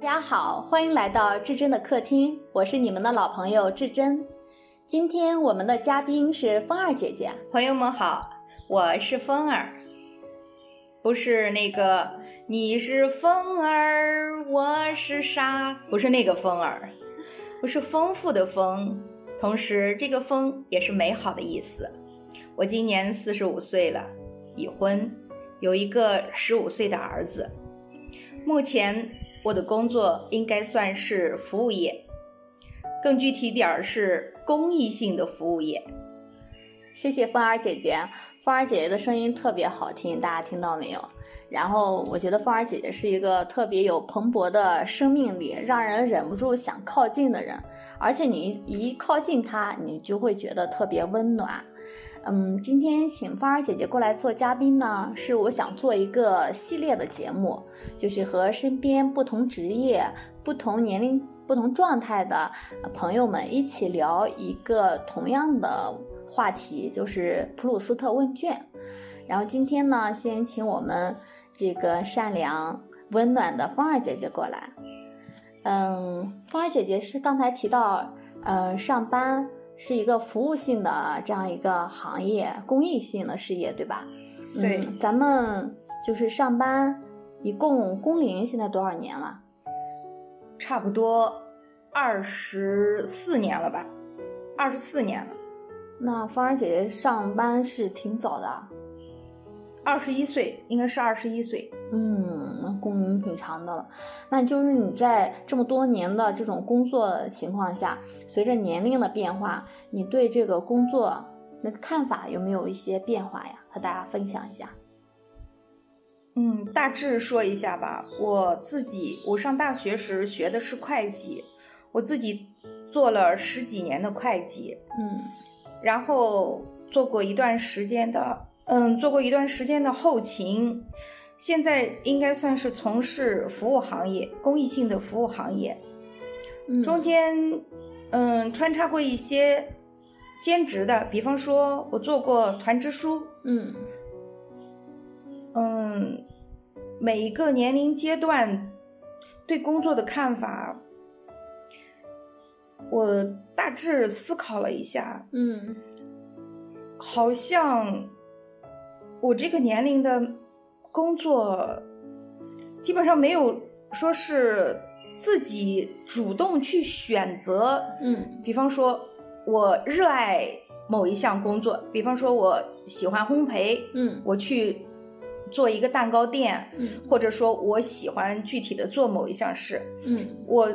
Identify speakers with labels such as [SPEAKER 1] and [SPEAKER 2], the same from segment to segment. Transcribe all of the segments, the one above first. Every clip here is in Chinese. [SPEAKER 1] 大家好，欢迎来到至真的客厅，我是你们的老朋友至真。今天我们的嘉宾是风儿姐姐，
[SPEAKER 2] 朋友们好，我是风儿，不是那个你是风儿，我是沙，不是那个风儿，我是丰富的丰，同时这个丰也是美好的意思。我今年四十五岁了，已婚，有一个十五岁的儿子。目前我的工作应该算是服务业，更具体点儿是公益性的服务业。
[SPEAKER 1] 谢谢风儿姐姐。风儿姐姐的声音特别好听，大家听到没有？然后我觉得风儿姐姐是一个特别有蓬勃的生命力，让人忍不住想靠近的人。而且你一靠近她，你就会觉得特别温暖。嗯，今天请芳儿姐姐过来做嘉宾呢，是我想做一个系列的节目，就是和身边不同职业、不同年龄、不同状态的呃朋友们一起聊一个同样的话题，就是普鲁斯特问卷。然后今天呢，先请我们这个善良、温暖的芳儿姐姐过来。嗯，芳儿姐姐是刚才提到，呃，上班是一个服务性的这样一个行业，公益性的事业，对吧？
[SPEAKER 2] 对
[SPEAKER 1] 嗯，咱们就是上班，一共工龄现在多少年了？
[SPEAKER 2] 差不多二十四年了吧，二十四年了，
[SPEAKER 1] 那芳儿姐姐上班是挺早的，啊
[SPEAKER 2] 二十一岁，应该是二十一岁。
[SPEAKER 1] 嗯，那工龄挺长的了。那就是你在这么多年的这种工作的情况下，随着年龄的变化，你对这个工作那个看法有没有一些变化呀？和大家分享一下。
[SPEAKER 2] 嗯，大致说一下吧。我自己，我上大学时学的是会计，我自己做了十几年的会计，
[SPEAKER 1] 嗯
[SPEAKER 2] 然后做过一段时间的，嗯，做过一段时间的后勤，现在应该算是从事服务行业，公益性的服务行业。
[SPEAKER 1] 嗯，
[SPEAKER 2] 中间，嗯，穿插过一些兼职的，比方说我做过团支书，
[SPEAKER 1] 嗯
[SPEAKER 2] 嗯，每一个年龄阶段对工作的看法，我大致思考了一下，
[SPEAKER 1] 嗯
[SPEAKER 2] 好像我这个年龄的工作基本上没有说是自己主动去选择
[SPEAKER 1] 嗯
[SPEAKER 2] 比方说，我热爱某一项工作，比方说我喜欢烘焙，
[SPEAKER 1] 嗯
[SPEAKER 2] 我去做一个蛋糕店，
[SPEAKER 1] 嗯
[SPEAKER 2] 或者说我喜欢具体的做某一项事。
[SPEAKER 1] 嗯
[SPEAKER 2] 我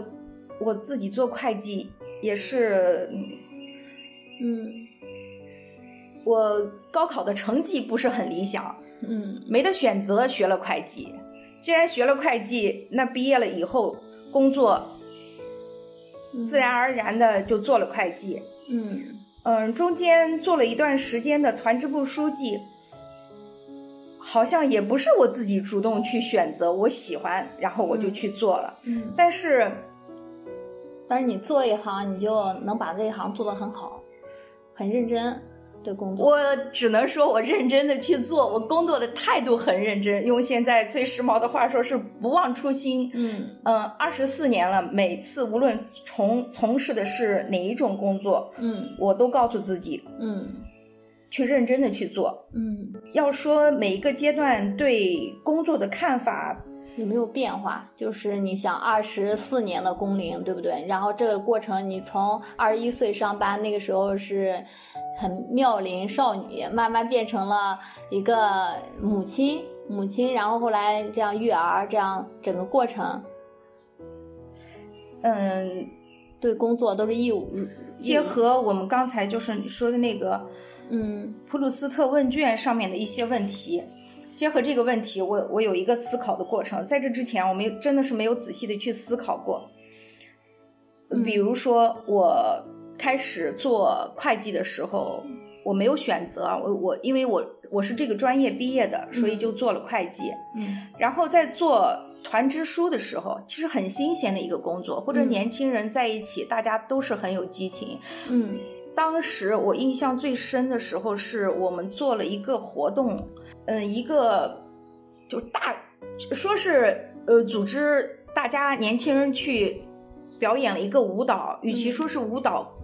[SPEAKER 2] 我自己做会计也是，嗯
[SPEAKER 1] 嗯
[SPEAKER 2] 我高考的成绩不是很理想，
[SPEAKER 1] 嗯
[SPEAKER 2] 没得选择，学了会计。既然学了会计，那毕业了以后工作
[SPEAKER 1] 嗯，
[SPEAKER 2] 自然而然的就做了会计。
[SPEAKER 1] 嗯
[SPEAKER 2] 嗯，中间做了一段时间的团支部书记，好像也不是我自己主动去选择，我喜欢，然后我就去做了。
[SPEAKER 1] 嗯，
[SPEAKER 2] 但是
[SPEAKER 1] 但是你做一行，你就能把这一行做得很好，很认真对工作。
[SPEAKER 2] 我只能说我认真的去做，我工作的态度很认真。用现在最时髦的话说，是不忘初心。
[SPEAKER 1] 嗯
[SPEAKER 2] 嗯，二十四年了，每次无论从从事的是哪一种工作，
[SPEAKER 1] 嗯
[SPEAKER 2] 我都告诉自己
[SPEAKER 1] 嗯
[SPEAKER 2] 去认真的去做。
[SPEAKER 1] 嗯，
[SPEAKER 2] 要说每一个阶段对工作的看法
[SPEAKER 1] 有没有变化？就是你想二十四年的工龄，对不对？然后这个过程，你从二十一岁上班，那个时候是很妙龄少女，慢慢变成了一个母亲，母亲，然后后来这样育儿，这样整个过程
[SPEAKER 2] 嗯，
[SPEAKER 1] 对工作都是义务。
[SPEAKER 2] 结合我们刚才就是你说的那个
[SPEAKER 1] 嗯
[SPEAKER 2] 普鲁斯特问卷上面的一些问题，结合这个问题，我我有一个思考的过程。在这之前，我没有真的是没有仔细的去思考过。
[SPEAKER 1] 嗯
[SPEAKER 2] 比如说，我开始做会计的时候，我没有选择啊，我我因为我我是这个专业毕业的，所以就做了会计。
[SPEAKER 1] 嗯
[SPEAKER 2] 然后在做团支书的时候，其实很新鲜的一个工作，或者
[SPEAKER 1] 嗯
[SPEAKER 2] 年轻人在一起，大家都是很有激情。
[SPEAKER 1] 嗯
[SPEAKER 2] 当时我印象最深的时候，是我们做了一个活动，嗯，一个就大说是呃组织大家年轻人去表演了一个舞蹈，与其说是舞蹈，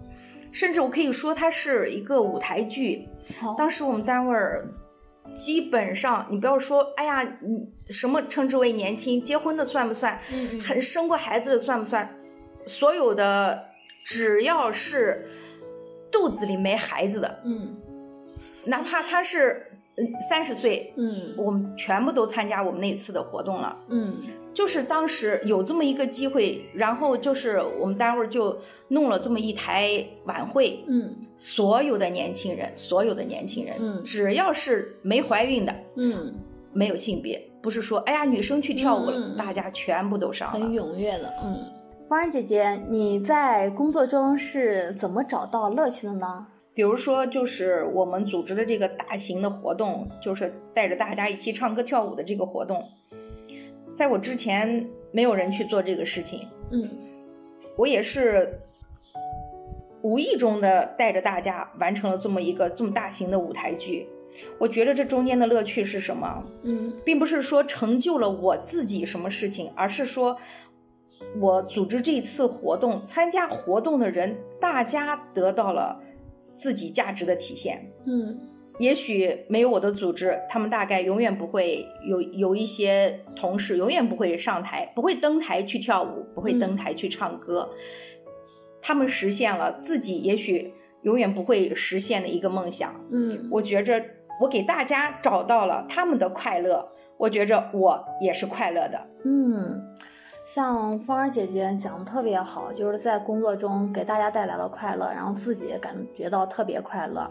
[SPEAKER 2] 甚至我可以说它是一个舞台剧。
[SPEAKER 1] 嗯好
[SPEAKER 2] 当时我们单位儿基本上，你不要说，哎呀，你什么称之为年轻？结婚的算不算？
[SPEAKER 1] 嗯
[SPEAKER 2] 很生过孩子的算不算？所有的只要是肚子里没孩子的，
[SPEAKER 1] 嗯
[SPEAKER 2] 哪怕他是三十岁，
[SPEAKER 1] 嗯
[SPEAKER 2] 我们全部都参加我们那次的活动了。
[SPEAKER 1] 嗯
[SPEAKER 2] 就是当时有这么一个机会，然后就是我们单位就弄了这么一台晚会，
[SPEAKER 1] 嗯
[SPEAKER 2] 所有的年轻人，所有的年轻人，
[SPEAKER 1] 嗯
[SPEAKER 2] 只要是没怀孕的，
[SPEAKER 1] 嗯，
[SPEAKER 2] 没有性别，不是说哎呀女生去跳舞
[SPEAKER 1] 嗯
[SPEAKER 2] 了，
[SPEAKER 1] 嗯嗯
[SPEAKER 2] 大家全部都上
[SPEAKER 1] 很
[SPEAKER 2] 了。
[SPEAKER 1] 踊跃的，嗯。芳儿姐姐，你在工作中是怎么找到乐趣的呢？
[SPEAKER 2] 比如说，就是我们组织的这个大型的活动，就是带着大家一起唱歌跳舞的这个活动，在我之前没有人去做这个事情，
[SPEAKER 1] 嗯
[SPEAKER 2] 我也是无意中的带着大家完成了这么一个这么大型的舞台剧。我觉得这中间的乐趣是什么？
[SPEAKER 1] 嗯
[SPEAKER 2] 并不是说成就了我自己什么事情，而是说我组织这次活动，参加活动的人，大家得到了自己价值的体现。
[SPEAKER 1] 嗯
[SPEAKER 2] 也许没有我的组织，他们大概永远不会有有一些同事永远不会上台，不会登台去跳舞，不会登台去唱歌。他们实现了自己也许永远不会实现的一个梦想。
[SPEAKER 1] 嗯
[SPEAKER 2] 我觉着我给大家找到了他们的快乐，我觉着我也是快乐的。
[SPEAKER 1] 嗯，像芳儿姐姐讲的特别好，就是在工作中给大家带来了快乐，然后自己也感觉到特别快乐。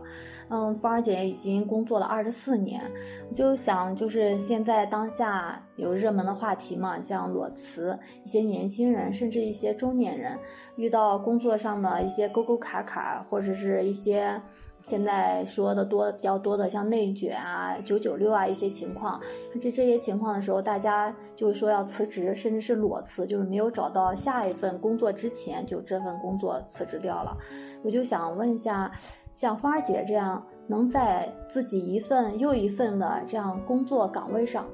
[SPEAKER 1] 嗯，芳儿姐已经工作了二十四年，我就想就是现在当下有热门的话题嘛，像裸辞，一些年轻人甚至一些中年人遇到工作上的一些沟沟卡卡，或者是一些。现在说的多比较多的，像内卷啊、九九六啊一些情况，这这些情况的时候，大家就会说要辞职，甚至是裸辞，就是没有找到下一份工作之前，就这份工作辞职掉了。我就想问一下，像芳儿姐这样能在自己一份又一份的这样工作岗位上，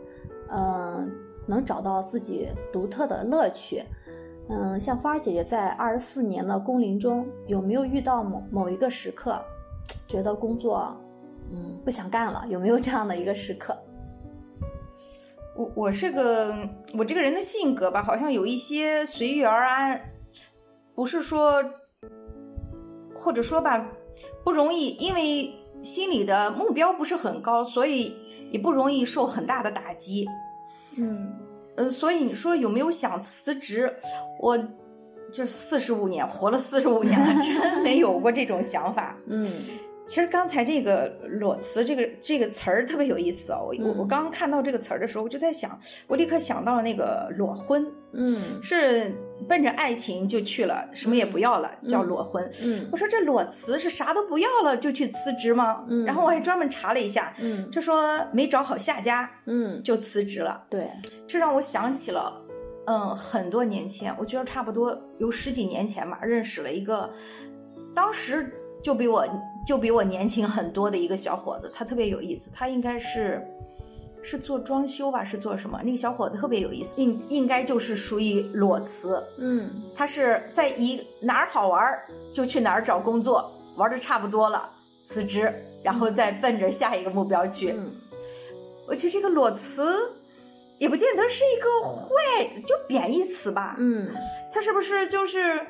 [SPEAKER 1] 嗯、能找到自己独特的乐趣。嗯，像芳儿姐姐在二十四年的工龄中，有没有遇到某某一个时刻，觉得工作，嗯，不想干了？有没有这样的一个时刻？
[SPEAKER 2] 我我是个我这个人的性格吧，好像有一些随遇而安，不是说，或者说吧，不容易，因为心里的目标不是很高，所以也不容易受很大的打击。
[SPEAKER 1] 嗯，
[SPEAKER 2] 嗯，所以你说有没有想辞职？我这四十五年活了四十五年了，真没有过这种想法。
[SPEAKER 1] 嗯
[SPEAKER 2] 其实刚才这个“裸辞”这个这个词儿特别有意思哦。我我
[SPEAKER 1] 嗯
[SPEAKER 2] 我刚看到这个词儿的时候，我就在想，我立刻想到了那个裸婚，
[SPEAKER 1] 嗯
[SPEAKER 2] 是奔着爱情就去了，什么也不要了，叫裸婚。
[SPEAKER 1] 嗯
[SPEAKER 2] 我说这裸辞是啥都不要了就去辞职吗？
[SPEAKER 1] 嗯
[SPEAKER 2] 然后我还专门查了一下，
[SPEAKER 1] 嗯
[SPEAKER 2] 就说没找好下家
[SPEAKER 1] 嗯，
[SPEAKER 2] 就辞职了。
[SPEAKER 1] 对，
[SPEAKER 2] 这让我想起了，嗯，很多年前，我觉得差不多有十几年前吧，认识了一个，当时就比我就比我年轻很多的一个小伙子，他特别有意思，他应该是是做装修吧，是做什么？那个小伙子特别有意思，应应该就是属于裸辞，
[SPEAKER 1] 嗯
[SPEAKER 2] 他是在一哪儿好玩儿就去哪儿找工作，玩的差不多了辞职，然后再奔着下一个目标去。
[SPEAKER 1] 嗯
[SPEAKER 2] 我觉得这个裸辞也不见得是一个坏，就贬义词吧。
[SPEAKER 1] 嗯
[SPEAKER 2] 它是不是就是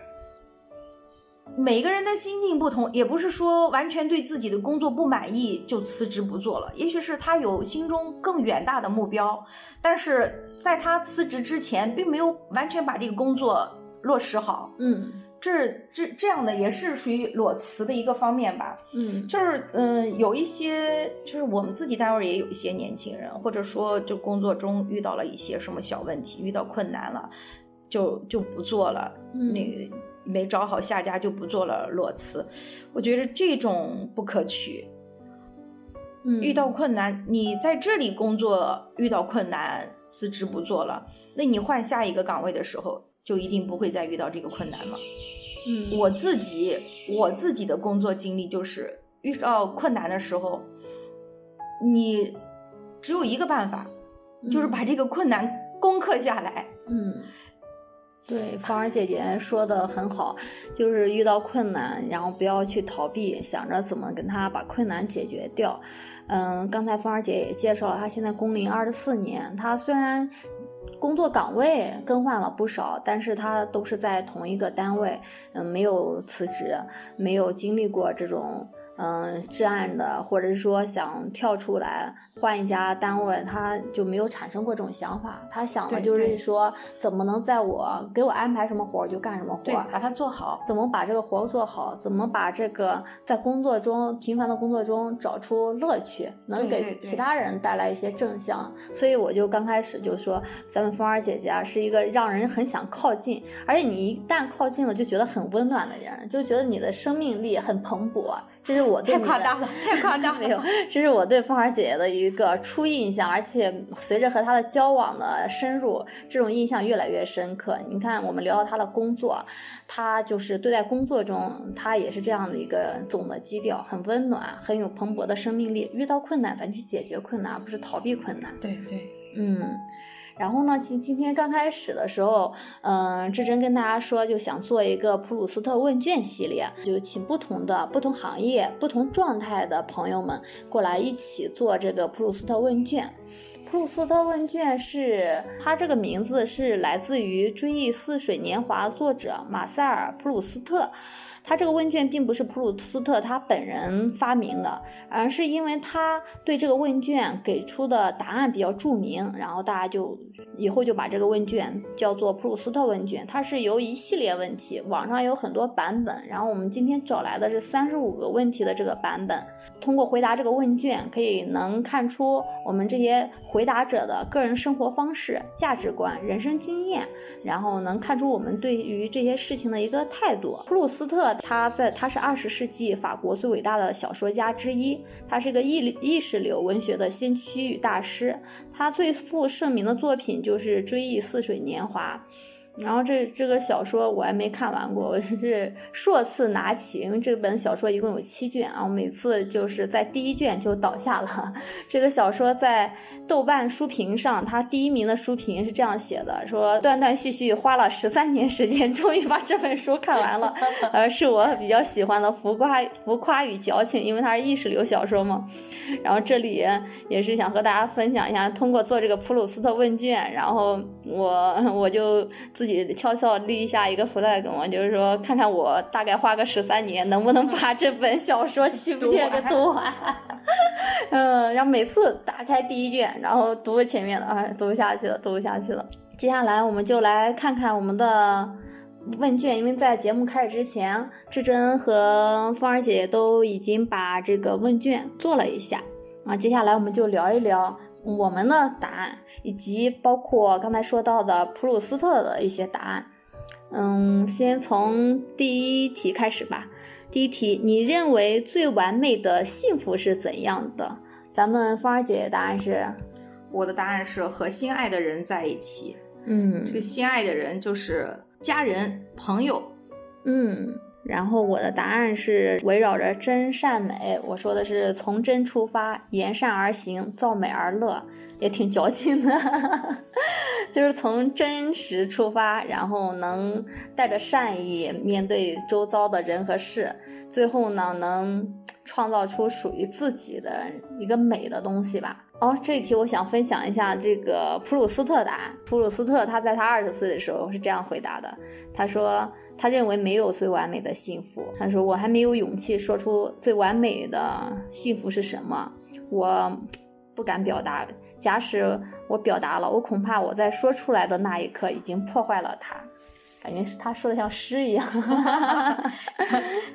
[SPEAKER 2] 每个人的心境不同，也不是说完全对自己的工作不满意就辞职不做了。也许是他有心中更远大的目标，但是在他辞职之前，并没有完全把这个工作落实好。
[SPEAKER 1] 嗯
[SPEAKER 2] 这这这样的也是属于裸辞的一个方面吧。
[SPEAKER 1] 嗯
[SPEAKER 2] 就是嗯，有一些就是我们自己单位也有一些年轻人，或者说就工作中遇到了一些什么小问题，遇到困难了，就就不做了，
[SPEAKER 1] 嗯
[SPEAKER 2] 那个没找好下家就不做了裸辞。我觉得这种不可取。
[SPEAKER 1] 嗯，
[SPEAKER 2] 遇到困难，你在这里工作遇到困难，辞职不做了，那你换下一个岗位的时候，就一定不会再遇到这个困难了。
[SPEAKER 1] 嗯
[SPEAKER 2] 我自己我自己的工作经历就是，遇到困难的时候，你嗯只有一个办法，就是把这个困难攻克下来。
[SPEAKER 1] 嗯对，芳儿姐姐说的很好，就是遇到困难，然后不要去逃避，想着怎么跟他把困难解决掉。嗯，刚才芳儿姐也介绍了，她现在工龄二十四年，她虽然工作岗位更换了不少，但是她都是在同一个单位，嗯，没有辞职，没有经历过这种。嗯，至暗的，或者是说想跳出来换一家单位，他就没有产生过这种想法。他想的
[SPEAKER 2] 对
[SPEAKER 1] 就是
[SPEAKER 2] 对
[SPEAKER 1] 说，怎么能在我给我安排什么活儿我就干什么活
[SPEAKER 2] 对，
[SPEAKER 1] 儿，
[SPEAKER 2] 把它做好。
[SPEAKER 1] 怎么把这个活儿做好，怎么把这个在工作中平凡的工作中找出乐趣，能
[SPEAKER 2] 对
[SPEAKER 1] 给
[SPEAKER 2] 对
[SPEAKER 1] 其
[SPEAKER 2] 对
[SPEAKER 1] 他人带来一些正向。所以我就刚开始就说，咱们风儿姐姐啊，是一个让人很想靠近，而且你一旦靠近了，就觉得很温暖的人，就觉得你的生命力很蓬勃。这是我对
[SPEAKER 2] 太
[SPEAKER 1] 你
[SPEAKER 2] 夸
[SPEAKER 1] 的
[SPEAKER 2] 张了，太夸张了。
[SPEAKER 1] 没有，这是我对凤儿姐姐的一个初印象，而且随着和她的交往的深入，这种印象越来越深刻。你看，我们聊到她的工作，她就是对待工作中，她也是这样的一个总的基调，很温暖，很有蓬勃的生命力。遇到困难，咱去解决困难，而不是逃避困难。
[SPEAKER 2] 对对，
[SPEAKER 1] 嗯，然后呢，今今天刚开始的时候，嗯、志珍跟大家说，就想做一个普鲁斯特问卷系列，就请不同的、不同行业、不同状态的朋友们过来一起做这个普鲁斯特问卷。普鲁斯特问卷是它这个名字是来自于《追忆似水年华》作者马塞尔·普鲁斯特。他这个问卷并不是普鲁斯特他本人发明的，而是因为他对这个问卷给出的答案比较著名，然后大家就以后就把这个问卷叫做普鲁斯特问卷。它是由一系列问题，网上有很多版本，然后我们今天找来的是三十五个问题的这个版本。通过回答这个问卷，可以能看出我们这些回答者的个人生活方式、价值观、人生经验，然后能看出我们对于这些事情的一个态度。普鲁斯特他在他是二十世纪法国最伟大的小说家之一，他是个意意识流文学的先驱与大师。他最负盛名的作品就是《追忆似水年华》。然后这这个小说我还没看完过，我是硕次拿起，因为这本小说一共有七卷啊，我每次就是在第一卷就倒下了。这个小说在豆瓣书评上，它第一名的书评是这样写的：说断断续续花了十三年时间，终于把这本书看完了。呃，是我比较喜欢的浮夸、浮夸与矫情，因为它是意识流小说嘛。然后这里也是想和大家分享一下，通过做这个普鲁斯特问卷，然后我我就自己悄悄立一下一个 flag 嘛，就是说看看我大概花个十三年能不能把这本小说 七部卷给读完。嗯，然后每次打开第一卷，然后读前面的啊，读不下去了，读不下去了。接下来我们就来看看我们的问卷，因为在节目开始之前，志珍和凤儿姐姐都已经把这个问卷做了一下啊。接下来我们就聊一聊我们的答案，以及包括刚才说到的普鲁斯特的一些答案。嗯，先从第一题开始吧。第一题，你认为最完美的幸福是怎样的？咱们芳儿姐姐答案是，
[SPEAKER 2] 我的答案是和心爱的人在一起。这
[SPEAKER 1] 嗯
[SPEAKER 2] 个心爱的人就是家人、朋友。
[SPEAKER 1] 嗯。然后我的答案是围绕着真善美，我说的是从真出发，言善而行，造美而乐，也挺矫情的， 就是从真实出发，然后能带着善意面对周遭的人和事，最后呢，能创造出属于自己的一个美的东西吧。哦，这一题我想分享一下这个普鲁斯特答案。普鲁斯特他在他二十岁的时候是这样回答的，他说他认为没有最完美的幸福，他说我还没有勇气说出最完美的幸福是什么，我不敢表达。假使我表达了，我恐怕我在说出来的那一刻已经破坏了它。感觉是他说的像诗 一样。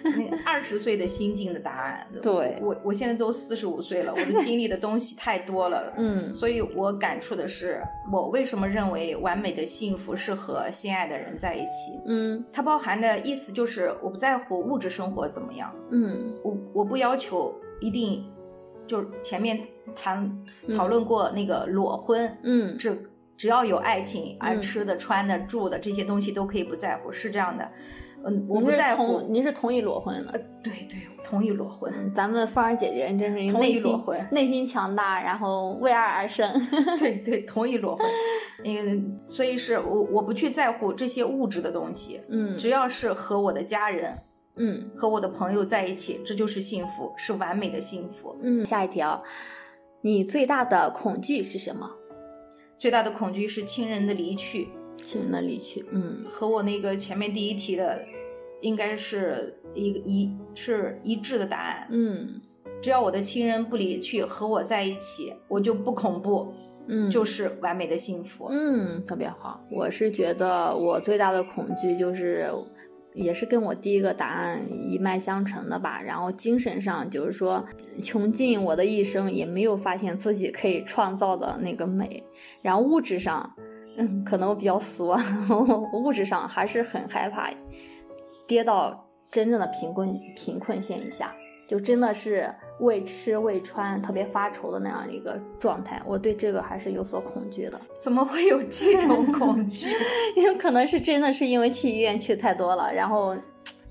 [SPEAKER 2] 那 个二十岁的心境的答案，
[SPEAKER 1] 对
[SPEAKER 2] 我，我现在都四十五岁了，我的经历的东西太多了。
[SPEAKER 1] 嗯，
[SPEAKER 2] 所以我感触的是，我为什么认为完美的幸福是和心爱的人在一起？
[SPEAKER 1] 嗯
[SPEAKER 2] 它包含的意思就是，我不在乎物质生活怎么样，
[SPEAKER 1] 嗯
[SPEAKER 2] 我我不要求一定，就是前面谈
[SPEAKER 1] 嗯
[SPEAKER 2] 讨论过那个裸婚，
[SPEAKER 1] 嗯
[SPEAKER 2] 只只要有爱情，而
[SPEAKER 1] 嗯
[SPEAKER 2] 吃的、穿的、住的这些东西都可以不在乎，是这样的。嗯，我
[SPEAKER 1] 您
[SPEAKER 2] 不
[SPEAKER 1] 是
[SPEAKER 2] 在
[SPEAKER 1] 同
[SPEAKER 2] 乎。
[SPEAKER 1] 您是同意裸婚的。
[SPEAKER 2] 对对，同意裸婚。
[SPEAKER 1] 咱们芳儿姐姐真是一个
[SPEAKER 2] 同
[SPEAKER 1] 内
[SPEAKER 2] 意裸
[SPEAKER 1] 心
[SPEAKER 2] 婚
[SPEAKER 1] 内心强大，然后为爱而生。
[SPEAKER 2] 对对，同意裸婚。嗯，所以是我我不去在乎这些物质的东西，
[SPEAKER 1] 嗯
[SPEAKER 2] 只要是和我的家人、
[SPEAKER 1] 嗯
[SPEAKER 2] 和我的朋友在一起，这就是幸福，是完美的幸福。
[SPEAKER 1] 嗯。下一条，你最大的恐惧是什么？
[SPEAKER 2] 最大的恐惧是亲人的离去，
[SPEAKER 1] 亲人的离去。嗯
[SPEAKER 2] 和我那个前面第一题的，应该是一个一是一致的答案。
[SPEAKER 1] 嗯
[SPEAKER 2] 只要我的亲人不离去，和我在一起，我就不恐怖，
[SPEAKER 1] 嗯，
[SPEAKER 2] 就是完美的幸福。
[SPEAKER 1] 嗯，特别好。我是觉得我最大的恐惧就是，也是跟我第一个答案一脉相承的吧。然后精神上就是说，穷尽我的一生也没有发现自己可以创造的那个美。然后物质上，嗯，可能我比较俗啊， 物质上还是很害怕跌到真正的贫困贫困线以下。就真的是为吃为穿特别发愁的那样一个状态，我对这个还是有所恐惧的。
[SPEAKER 2] 怎么会有这种恐惧？
[SPEAKER 1] 因为可能是真的是因为去医院去太多了，然后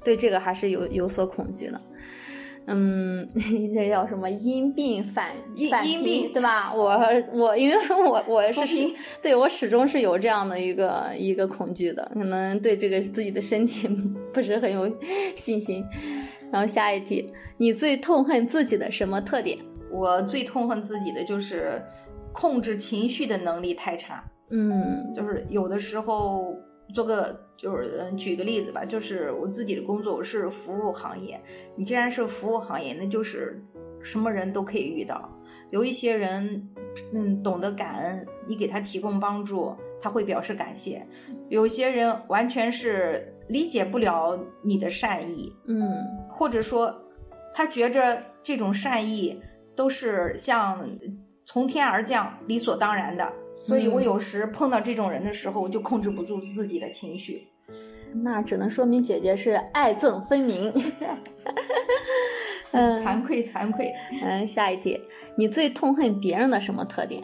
[SPEAKER 1] 对这个还是有有所恐惧的。嗯， 这叫什么？因病反
[SPEAKER 2] 因
[SPEAKER 1] 反
[SPEAKER 2] 因
[SPEAKER 1] 击
[SPEAKER 2] 病
[SPEAKER 1] 对吧？ 我我因为我我
[SPEAKER 2] 扶
[SPEAKER 1] 是始
[SPEAKER 2] 贫
[SPEAKER 1] 对我始终是有这样的一个一个恐惧的，可能对这个自己的身体不是很有信心。然后下一题，你最痛恨自己的什么特点？
[SPEAKER 2] 我最痛恨自己的就是控制情绪的能力太差，
[SPEAKER 1] 嗯
[SPEAKER 2] 就是有的时候做个就是嗯，举个例子吧，就是我自己的工作我是服务行业，你既然是服务行业，那就是什么人都可以遇到，有一些人嗯懂得感恩，你给他提供帮助，他会表示感谢；有些人完全是理解不了你的善意，
[SPEAKER 1] 嗯
[SPEAKER 2] 或者说他觉着这种善意都是像从天而降、理所当然的。所以我有时碰到这种人的时候，我就控制不住自己的情绪。
[SPEAKER 1] 那只能说明姐姐是爱憎分明。嗯
[SPEAKER 2] 惭愧惭愧，
[SPEAKER 1] 嗯，下一题，你最痛恨别人的什么特点？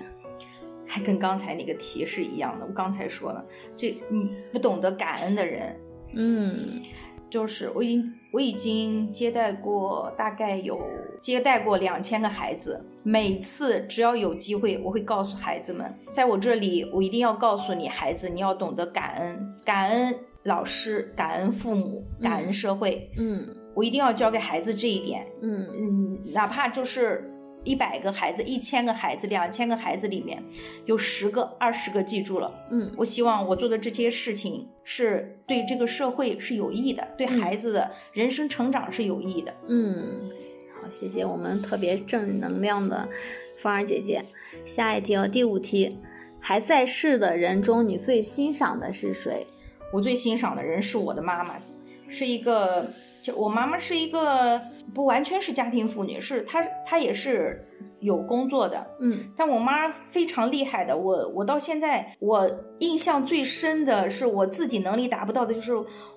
[SPEAKER 2] 还跟刚才那个题是一样的。我刚才说了，这嗯不懂得感恩的人，
[SPEAKER 1] 嗯
[SPEAKER 2] 就是我已经我已经接待过大概有接待过两千个孩子，每次只要有机会，我会告诉孩子们，在我这里，我一定要告诉你，孩子，你要懂得感恩，感恩老师，感恩父母，感恩社会，
[SPEAKER 1] 嗯
[SPEAKER 2] 我一定要教给孩子这一点。
[SPEAKER 1] 嗯
[SPEAKER 2] 嗯，哪怕就是一百个孩子、一千个孩子、两千个孩子里面，有十个、二十个记住了，
[SPEAKER 1] 嗯
[SPEAKER 2] 我希望我做的这些事情是对这个社会是有益的，对孩子的人生成长是有益的。
[SPEAKER 1] 嗯，好，谢谢我们特别正能量的芳儿姐姐。下一题哦，第五题，还在世的人中，你最欣赏的是谁？
[SPEAKER 2] 我最欣赏的人是我的妈妈，是一个，就我妈妈是一个不完全是家庭妇女，是她她也是有工作的，
[SPEAKER 1] 嗯
[SPEAKER 2] 但我妈非常厉害的。我我到现在我印象最深的是我自己能力达不到的，就是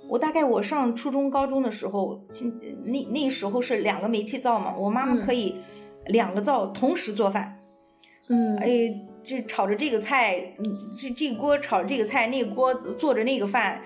[SPEAKER 2] 我大概我上初中高中的时候，现那那时候是两个煤气灶嘛，我妈妈
[SPEAKER 1] 嗯
[SPEAKER 2] 可以两个灶同时做饭。
[SPEAKER 1] 嗯
[SPEAKER 2] 哎，这炒着这个菜，嗯这这个锅炒着这个菜，那个锅做着那个饭，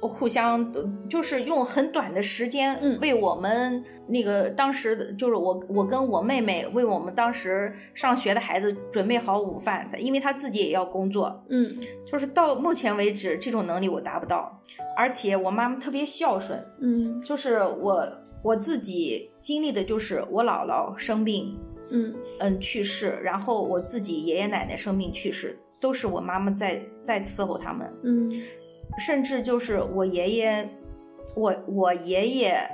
[SPEAKER 2] 互相呃就是用很短的时间
[SPEAKER 1] 嗯
[SPEAKER 2] 为我们那个当时的就是我我跟我妹妹为我们当时上学的孩子准备好午饭，因为她自己也要工作，
[SPEAKER 1] 嗯
[SPEAKER 2] 就是到目前为止这种能力我达不到，而且我妈妈特别孝顺，
[SPEAKER 1] 嗯
[SPEAKER 2] 就是我我自己经历的就是我姥姥生病，
[SPEAKER 1] 嗯
[SPEAKER 2] 嗯去世，然后我自己爷爷奶奶生病去世，都是我妈妈在在伺候他们，
[SPEAKER 1] 嗯
[SPEAKER 2] 甚至就是我爷爷，我我爷爷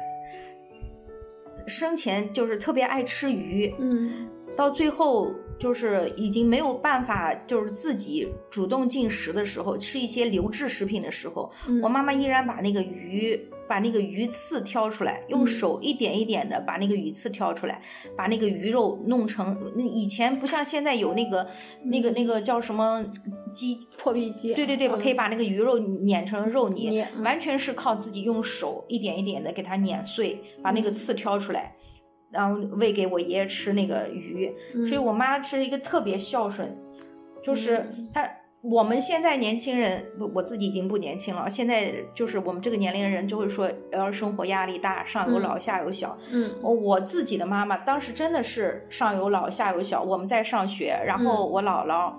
[SPEAKER 2] 生前就是特别爱吃鱼，
[SPEAKER 1] 嗯
[SPEAKER 2] 到最后就是已经没有办法就是自己主动进食的时候，吃一些流质食品的时候，
[SPEAKER 1] 嗯，
[SPEAKER 2] 我妈妈依然把那个鱼，把那个鱼刺挑出来，用
[SPEAKER 1] 嗯
[SPEAKER 2] 手一点一点的把那个鱼刺挑出来，把那个鱼肉弄成。那以前不像现在有那个、那个、那个叫什么鸡，
[SPEAKER 1] 破壁机，
[SPEAKER 2] 对对对，
[SPEAKER 1] 嗯
[SPEAKER 2] 可以把那个鱼肉碾成肉泥，
[SPEAKER 1] 捏嗯
[SPEAKER 2] 完全是靠自己用手一点一点的给它碾碎，把
[SPEAKER 1] 嗯
[SPEAKER 2] 那个刺挑出来，然后喂给我爷爷
[SPEAKER 1] 嗯
[SPEAKER 2] 吃那个鱼。所以我妈是一个特别孝顺，就是
[SPEAKER 1] 嗯
[SPEAKER 2] 她。我们现在年轻人，我我自己已经不年轻了，现在就是我们这个年龄的人就会说，呃，生活压力大，上有老下有小。
[SPEAKER 1] 嗯
[SPEAKER 2] 我我自己的妈妈当时真的是上有老下有小，我们在上学，然后我姥姥、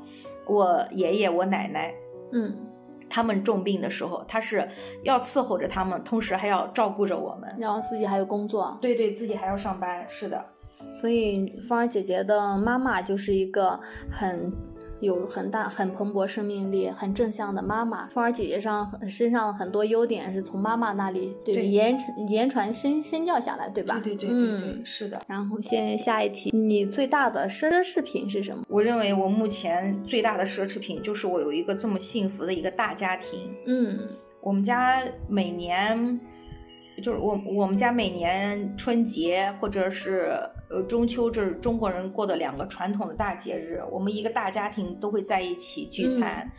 [SPEAKER 2] 我爷爷、我奶奶
[SPEAKER 1] 嗯，
[SPEAKER 2] 他们重病的时候，她是要伺候着他们，同时还要照顾着我们。
[SPEAKER 1] 然后自己还有工作，啊
[SPEAKER 2] 对对，自己还要上班，是的，
[SPEAKER 1] 所以芳儿姐姐的妈妈就是一个很。有很大、很蓬勃生命力、很正向的妈妈，芳儿姐姐上呃身上很多优点是从妈妈那里对
[SPEAKER 2] 对
[SPEAKER 1] 言言传身身教下来，对吧？
[SPEAKER 2] 对对对对对，
[SPEAKER 1] 嗯
[SPEAKER 2] 是的。
[SPEAKER 1] 然后现在下一题，你最大的奢侈品是什么？
[SPEAKER 2] 我认为我目前最大的奢侈品就是我有一个这么幸福的一个大家庭。
[SPEAKER 1] 嗯
[SPEAKER 2] 我们家每年就是我我们家每年春节或者是呃中秋，这是中国人过的两个传统的大节日，我们一个大家庭都会在一起聚餐。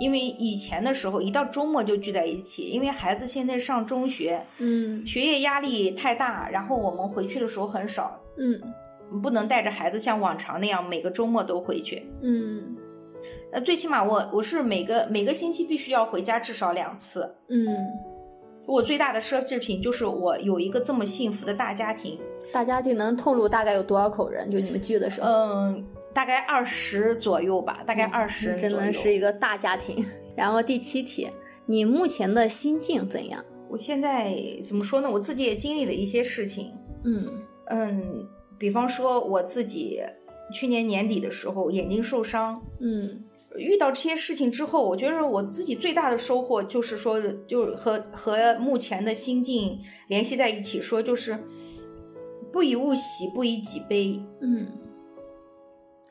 [SPEAKER 2] 因为以前的时候，一到周末就聚在一起，因为孩子现在上中学，
[SPEAKER 1] 嗯
[SPEAKER 2] 学业压力太大，然后我们回去的时候很少，
[SPEAKER 1] 嗯
[SPEAKER 2] 不能带着孩子像往常那样每个周末都回去。
[SPEAKER 1] 嗯
[SPEAKER 2] 呃，最起码我我是每个每个星期必须要回家至少两次。
[SPEAKER 1] 嗯，
[SPEAKER 2] 我最大的奢侈品就是我有一个这么幸福的大家庭，
[SPEAKER 1] 大家庭能透露大概有多少口人？就你们聚的时候，
[SPEAKER 2] 嗯，大概二十左右吧，大概二十、
[SPEAKER 1] 嗯真的是一个大家庭。 然后第七题，你目前的心境怎样？
[SPEAKER 2] 我现在怎么说呢？我自己也经历了一些事情，
[SPEAKER 1] 嗯
[SPEAKER 2] 嗯，比方说我自己去年年底的时候眼睛受伤，
[SPEAKER 1] 嗯
[SPEAKER 2] 遇到这些事情之后，我觉得我自己最大的收获就是说，就和和目前的心境联系在一起，说就是不以物喜，不以己悲。
[SPEAKER 1] 嗯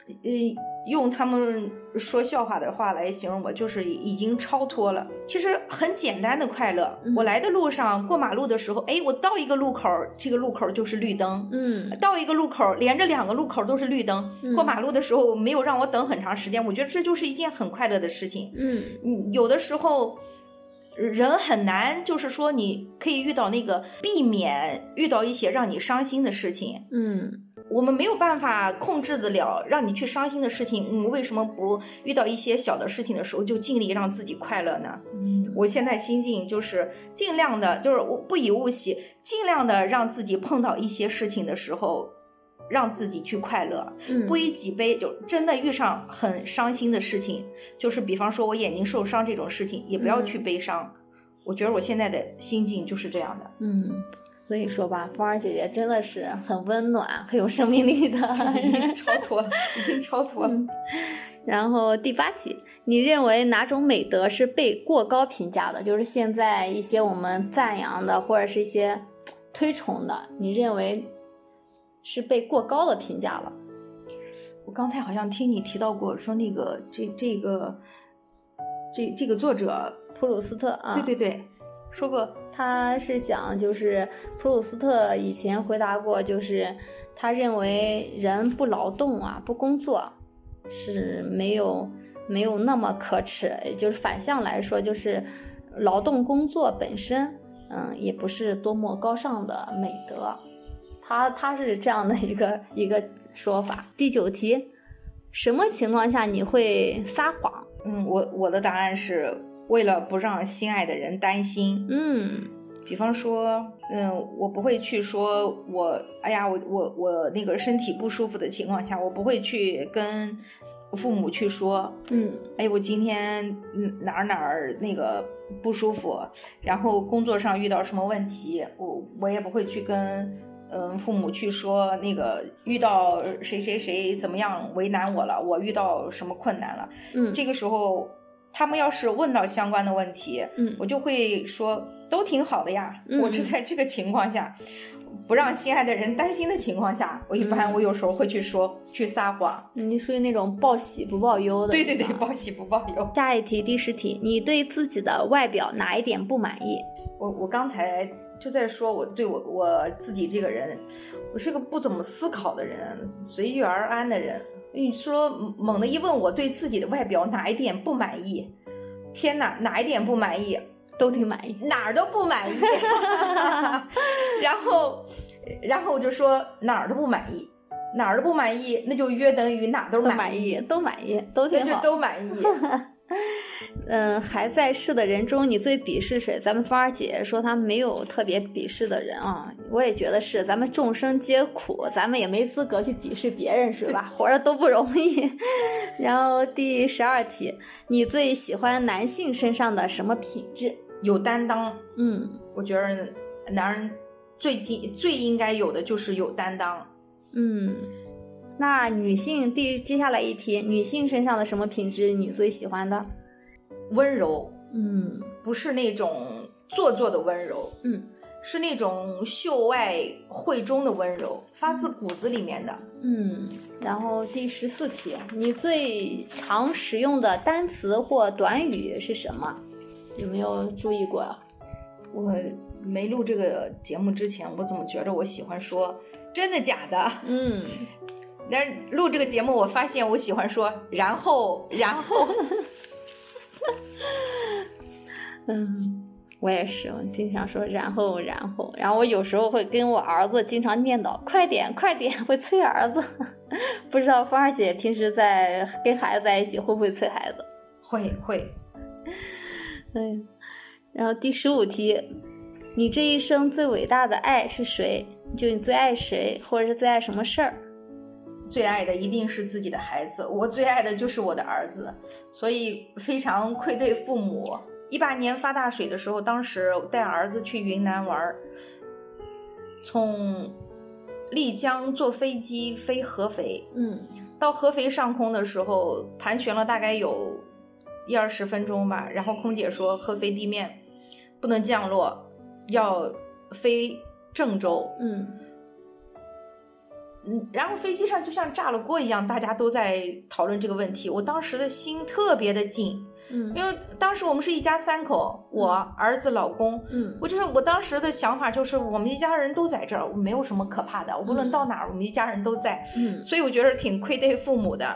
[SPEAKER 2] 嗯，用他们说笑话的话来形容我，就是已经超脱了。其实很简单的快乐。
[SPEAKER 1] 嗯
[SPEAKER 2] 我来的路上过马路的时候，哎，我到一个路口，这个路口就是绿灯。
[SPEAKER 1] 嗯
[SPEAKER 2] 到一个路口，连着两个路口都是绿灯。
[SPEAKER 1] 嗯
[SPEAKER 2] 过马路的时候没有让我等很长时间，我觉得这就是一件很快乐的事情。
[SPEAKER 1] 嗯
[SPEAKER 2] 嗯，有的时候人很难，就是说你可以遇到那个避免遇到一些让你伤心的事情，
[SPEAKER 1] 嗯
[SPEAKER 2] 我们没有办法控制得了让你去伤心的事情。嗯，为什么不遇到一些小的事情的时候就尽力让自己快乐呢？
[SPEAKER 1] 嗯，
[SPEAKER 2] 我现在心境就是尽量的，就是我不以物喜，尽量的让自己碰到一些事情的时候，让自己去快乐。
[SPEAKER 1] 嗯
[SPEAKER 2] 不以己悲，就真的遇上很伤心的事情，就是比方说我眼睛受伤这种事情，也不要去悲伤。我觉得我现在的心境就是这样的。
[SPEAKER 1] 嗯。所以说吧，芳儿姐姐真的是很温暖、很有生命力 的
[SPEAKER 2] 已经超脱了，已经超脱了。
[SPEAKER 1] 嗯然后第八题，你认为哪种美德是被过高评价的？就是现在一些我们赞扬的或者是一些嘖推崇的，你认为是被过高的评价了？
[SPEAKER 2] 我刚才好像听你提到过，说那个这这个这这个作者，
[SPEAKER 1] 普鲁斯特啊，
[SPEAKER 2] 对对对，说过
[SPEAKER 1] 他是讲就是普鲁斯特以前回答过，就是他认为人不劳动啊，不工作是没有没有那么可耻，也就是反向来说，就是劳动工作本身，嗯，也不是多么高尚的美德。他他是这样的一个一个说法。第九题，什么情况下你会撒谎？
[SPEAKER 2] 嗯，我我的答案是为了不让心爱的人担心，
[SPEAKER 1] 嗯
[SPEAKER 2] 比方说，嗯，我不会去说我，哎呀，我我我那个身体不舒服的情况下，我不会去跟父母去说，
[SPEAKER 1] 嗯
[SPEAKER 2] 哎，我今天嗯哪儿哪儿那个不舒服，然后工作上遇到什么问题，我我也不会去跟嗯父母去说那个遇到谁谁谁怎么样为难我了，我遇到什么困难了，
[SPEAKER 1] 嗯，
[SPEAKER 2] 这个时候他们要是问到相关的问题，
[SPEAKER 1] 嗯
[SPEAKER 2] 我就会说都挺好的呀。
[SPEAKER 1] 嗯
[SPEAKER 2] 我是在这个情况下，不让心爱的人担心的情况下，我一般
[SPEAKER 1] 嗯
[SPEAKER 2] 我有时候会去说去撒谎。
[SPEAKER 1] 你属于那种报喜不报忧的，
[SPEAKER 2] 对对对，
[SPEAKER 1] 吧
[SPEAKER 2] 报喜不报忧。
[SPEAKER 1] 下一题第十题，你对自己的外表哪一点不满意？
[SPEAKER 2] 我我刚才就在说我对我我自己这个人，我是个不怎么思考的人，随遇而安的人。你说猛地一问我对自己的外表哪一点不满意？天哪，哪一点不满意？
[SPEAKER 1] 都挺满意。
[SPEAKER 2] 哪儿都不满意， 然后，然后我就说哪儿都不满意，哪儿都不满意，那就约等于哪儿都
[SPEAKER 1] 都
[SPEAKER 2] 满
[SPEAKER 1] 满意，都满意，都
[SPEAKER 2] 那
[SPEAKER 1] 挺
[SPEAKER 2] 就
[SPEAKER 1] 好。
[SPEAKER 2] 都满意。
[SPEAKER 1] 嗯，还在世的人中，你最鄙视谁？咱们芳儿姐姐说她没有特别鄙视的人啊，我也觉得是，咱们众生皆苦，咱们也没资格去鄙视别人，是吧？活着都不容易。 然后第十二题，你最喜欢男性身上的什么品质？
[SPEAKER 2] 有担当，
[SPEAKER 1] 嗯
[SPEAKER 2] 我觉得男人最近最应该有的就是有担当。
[SPEAKER 1] 嗯，那女性第接下来一题，女性身上的什么品质你最喜欢的？
[SPEAKER 2] 温柔，
[SPEAKER 1] 嗯
[SPEAKER 2] 不是那种做作的温柔，
[SPEAKER 1] 嗯
[SPEAKER 2] 是那种秀外慧中的温柔，发自骨子里面的。
[SPEAKER 1] 嗯。然后第十四题，你最常使用的单词或短语是什么？有没有注意过啊呀？
[SPEAKER 2] 我没录这个节目之前，我怎么觉着我喜欢说真的假的？
[SPEAKER 1] 嗯，
[SPEAKER 2] 但是录这个节目，我发现我喜欢说然后然后，
[SPEAKER 1] 嗯，我也是，我经常说然后然后，然后我有时候会跟我儿子经常念叨，快点快点，会催儿子。 不知道芳儿姐平时在跟孩子在一起会不会催孩子？
[SPEAKER 2] 会会
[SPEAKER 1] 嗯，然后第十五题，你这一生最伟大的爱是谁？就你最爱谁，或者是最爱什么事儿？
[SPEAKER 2] 最爱的一定是自己的孩子，我最爱的就是我的儿子，所以非常愧对父母。一八年发大水的时候，当时带儿子去云南玩儿，从丽江坐飞机飞合肥，
[SPEAKER 1] 嗯
[SPEAKER 2] 到合肥上空的时候，盘旋了大概有一二十分钟吧。然后空姐说，合肥地面不能降落，要飞郑州。
[SPEAKER 1] 嗯
[SPEAKER 2] 嗯，然后飞机上就像炸了锅一样，大家都在讨论这个问题。我当时的心特别的紧，
[SPEAKER 1] 嗯
[SPEAKER 2] 因为当时我们是一家三口，我儿子、老公，
[SPEAKER 1] 嗯
[SPEAKER 2] 我就是我当时的想法就是，我们一家人都在这儿，我没有什么可怕的，无论到哪儿，我们一家人都在。
[SPEAKER 1] 嗯
[SPEAKER 2] 所以我觉得挺愧对父母的。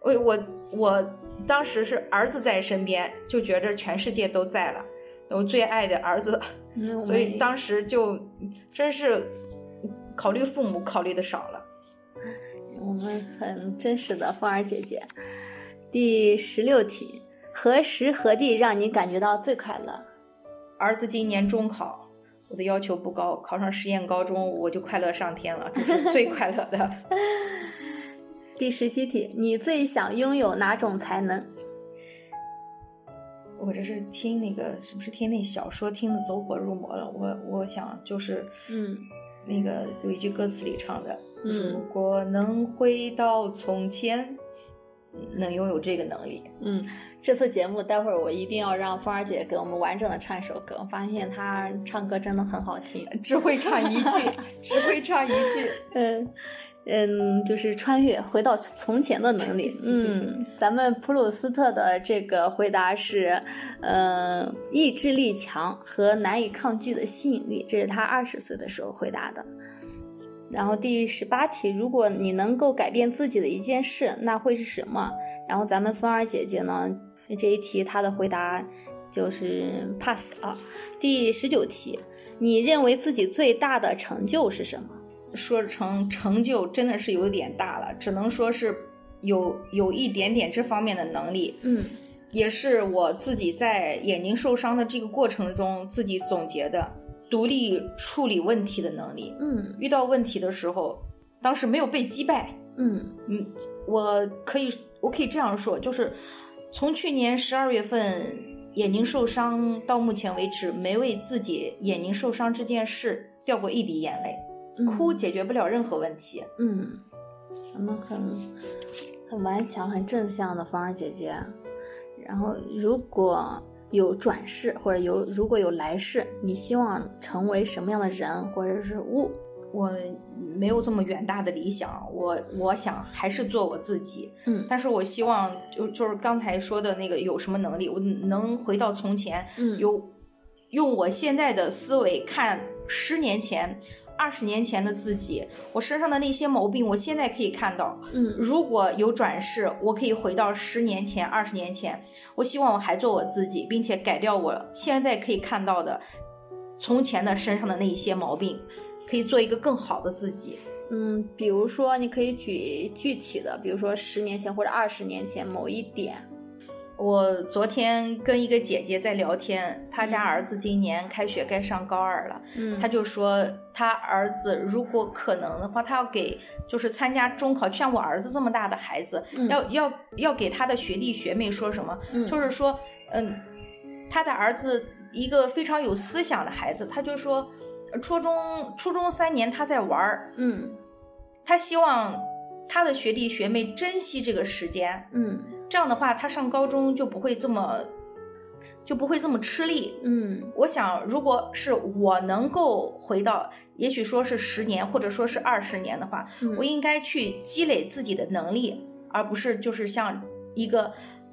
[SPEAKER 2] 我我我当时是儿子在身边，就觉着全世界都在了，我最爱的儿子，
[SPEAKER 1] 嗯，
[SPEAKER 2] 所以当时就真是考虑父母考虑的少了。
[SPEAKER 1] 我们很真实的凤儿姐姐。第十六题，何时何地让你感觉到最快乐？
[SPEAKER 2] 儿子今年中考，我的要求不高，考上实验高中我就快乐上天了，这是最快乐的。
[SPEAKER 1] 第十七题，你最想拥有哪种才能？
[SPEAKER 2] 我这是听那个是不是听那小说听得走火入魔了？我我想就是，
[SPEAKER 1] 嗯，
[SPEAKER 2] 那个有一句歌词里唱的，
[SPEAKER 1] 嗯
[SPEAKER 2] 如果能回到从前，能拥有这个能力，
[SPEAKER 1] 嗯，这次节目待会儿我一定要让凤儿姐给我们完整的唱一首歌，我发现她唱歌真的很好听。
[SPEAKER 2] 只会唱一句，只会唱一句。
[SPEAKER 1] 嗯嗯，就是穿越回到从前的能 力。嗯，咱们普鲁斯特的这个回答是，呃，意志力强和难以抗拒的吸引力，这是他二十岁的时候回答的。然后第十八题，如果你能够改变自己的一件事，那会是什么？然后咱们风儿姐姐呢，这一题她的回答就是 pass 啊。第十九题，你认为自己最大的成就是什么？
[SPEAKER 2] 说成成就真的是有点大了，只能说是有有一点点这方面的能力，
[SPEAKER 1] 嗯，
[SPEAKER 2] 也是我自己在眼睛受伤的这个过程中自己总结的，独立处理问题的能力。
[SPEAKER 1] 嗯
[SPEAKER 2] 遇到问题的时候，当时没有被击败，
[SPEAKER 1] 嗯
[SPEAKER 2] 嗯，我可以，我可以这样说，就是从去年十二月份眼睛受伤到目前为止，没为自己眼睛受伤这件事掉过一滴眼泪。哭解决不了任何问题，
[SPEAKER 1] 嗯，咱们很很顽强、很正向的芳儿姐姐。然后，如果有转世或者有如果有来世，你希望成为什么样的人或者是物？
[SPEAKER 2] 我没有这么远大的理想，我我想还是做我自己，
[SPEAKER 1] 嗯
[SPEAKER 2] 但是我希望就就是刚才说的那个有什么能力，我能回到从前，
[SPEAKER 1] 嗯
[SPEAKER 2] 有用我现在的思维看十年前、二十年前的自己，我身上的那些毛病，我现在可以看到。
[SPEAKER 1] 嗯
[SPEAKER 2] 如果有转世，我可以回到十年前、二十年前。我希望我还做我自己，并且改掉我现在可以看到的从前的身上的那一些毛病，可以做一个更好的自己。
[SPEAKER 1] 嗯，比如说，你可以举具体的，比如说十年前或者二十年前某一点。
[SPEAKER 2] 我昨天跟一个姐姐在聊天，她家儿子今年开学该上高二了，
[SPEAKER 1] 嗯
[SPEAKER 2] 她就说她儿子如果可能的话，她要给就是参加中考，像我儿子这么大的孩子，
[SPEAKER 1] 嗯
[SPEAKER 2] 要要要给他的学弟学妹说什么？
[SPEAKER 1] 嗯
[SPEAKER 2] 就是说，嗯，他的儿子一个非常有思想的孩子，他就说，呃初中初中三年他在玩儿，
[SPEAKER 1] 嗯
[SPEAKER 2] 他希望他的学弟学妹珍惜这个时间，
[SPEAKER 1] 嗯
[SPEAKER 2] 这样的话，他上高中就不会这么就不会这么吃力。
[SPEAKER 1] 嗯
[SPEAKER 2] 我想，如果是我能够回到，也许说是十年，或者说是二十年的话，
[SPEAKER 1] 嗯，
[SPEAKER 2] 我应该去积累自己的能力，而不是就是像一个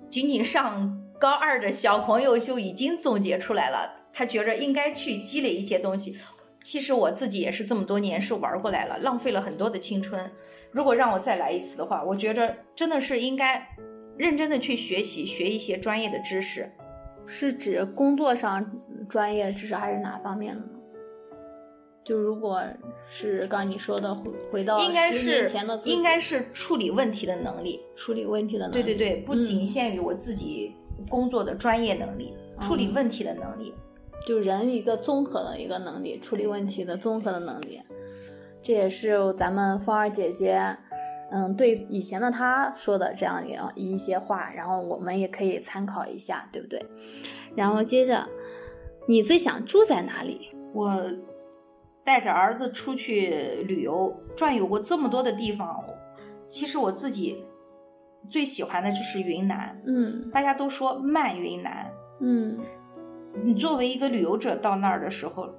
[SPEAKER 2] 仅仅上高二的小朋友就已经总结出来了，他觉着应该去积累一些东西。其实我自己也是这么多年是玩过来了，浪费了很多的青春。如果让我再来一次的话，我觉着真的是应该认真的去学习，学一些专业的知识。
[SPEAKER 1] 是指工作上专业知识还是哪方面的呢？就如果是刚你说的回回到
[SPEAKER 2] 应该
[SPEAKER 1] 10年
[SPEAKER 2] 是
[SPEAKER 1] 前的自己
[SPEAKER 2] 应该是处理问题的能力。
[SPEAKER 1] 处理问题的能
[SPEAKER 2] 对
[SPEAKER 1] 力，
[SPEAKER 2] 对对，不
[SPEAKER 1] 嗯
[SPEAKER 2] 仅限于我自己工作的专业能力，处
[SPEAKER 1] 哦
[SPEAKER 2] 理问题的能力。
[SPEAKER 1] 就人一个综合的一个能力，处理问题的综合的能力，这也是咱们风儿姐姐，嗯，对以前的她说的这样一一些话，然后我们也可以参考一下，对不对？然后接着，你最想住在哪里？
[SPEAKER 2] 我带着儿子出去旅游，转悠过这么多的地方，其实我自己最喜欢的就是云南。
[SPEAKER 1] 嗯
[SPEAKER 2] 大家都说慢云南，
[SPEAKER 1] 嗯
[SPEAKER 2] 你作为一个旅游者到那儿的时候，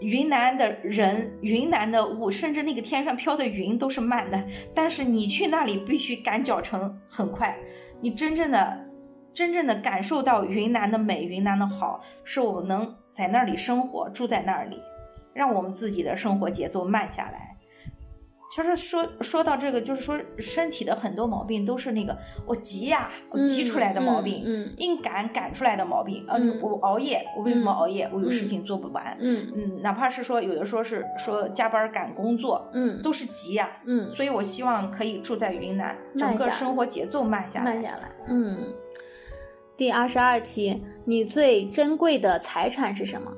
[SPEAKER 2] 云南的人、云南的雾，甚至那个天上飘的云都是慢的，但是你去那里必须赶脚程很快，你真正的、真正的感受到云南的美、云南的好，是我能在那里生活、住在那里，让我们自己的生活节奏慢下来。就是说说到这个，就是说身体的很多毛病都是那个我急呀、我急出来的毛病。
[SPEAKER 1] 嗯
[SPEAKER 2] 硬赶赶出来的毛病。呃，
[SPEAKER 1] 嗯
[SPEAKER 2] 我熬夜，我为什么熬夜？我有事情做不完。
[SPEAKER 1] 嗯
[SPEAKER 2] 嗯，哪怕是说有的说是说加班赶工作，
[SPEAKER 1] 嗯
[SPEAKER 2] 都是急呀、
[SPEAKER 1] 嗯，
[SPEAKER 2] 所以我希望可以住在云南，
[SPEAKER 1] 慢
[SPEAKER 2] 整
[SPEAKER 1] 下
[SPEAKER 2] 个
[SPEAKER 1] 来
[SPEAKER 2] 生活节奏慢下来。
[SPEAKER 1] 慢下来。嗯，第二十二题，你最珍贵的财产是什么？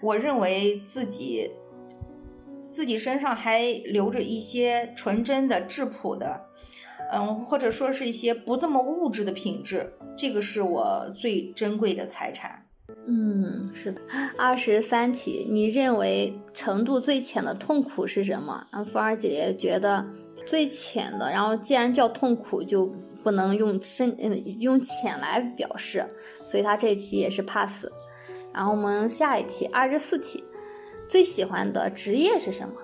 [SPEAKER 2] 我认为自己自己身上还留着一些纯真的、质朴的，嗯，或者说是一些不这么物质的品质，这个是我最珍贵的财产。
[SPEAKER 1] 嗯，是的。二十三题，你认为程度最浅的痛苦是什么？然后风儿姐姐觉得最浅的，然后既然叫痛苦，就不能用深嗯用浅来表示，所以她这题也是 pass。然后我们下一题，二十四题，最喜欢的职业是什么？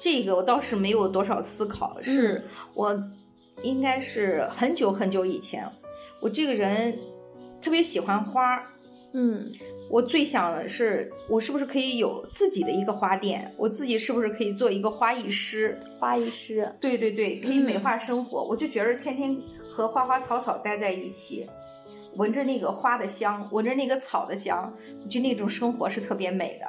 [SPEAKER 2] 这个我倒是没有多少思考，是我应该是很久很久以前，我这个人特别喜欢花儿，
[SPEAKER 1] 嗯
[SPEAKER 2] 我最想的是我是不是可以有自己的一个花店，我自己是不是可以做一个花艺师？
[SPEAKER 1] 花艺师。
[SPEAKER 2] 对对对，可以
[SPEAKER 1] 嗯
[SPEAKER 2] 美化生活。我就觉着天天和花花草草待在一起，闻着那个花的香，闻着那个草的香，我觉得那种生活是特别美的。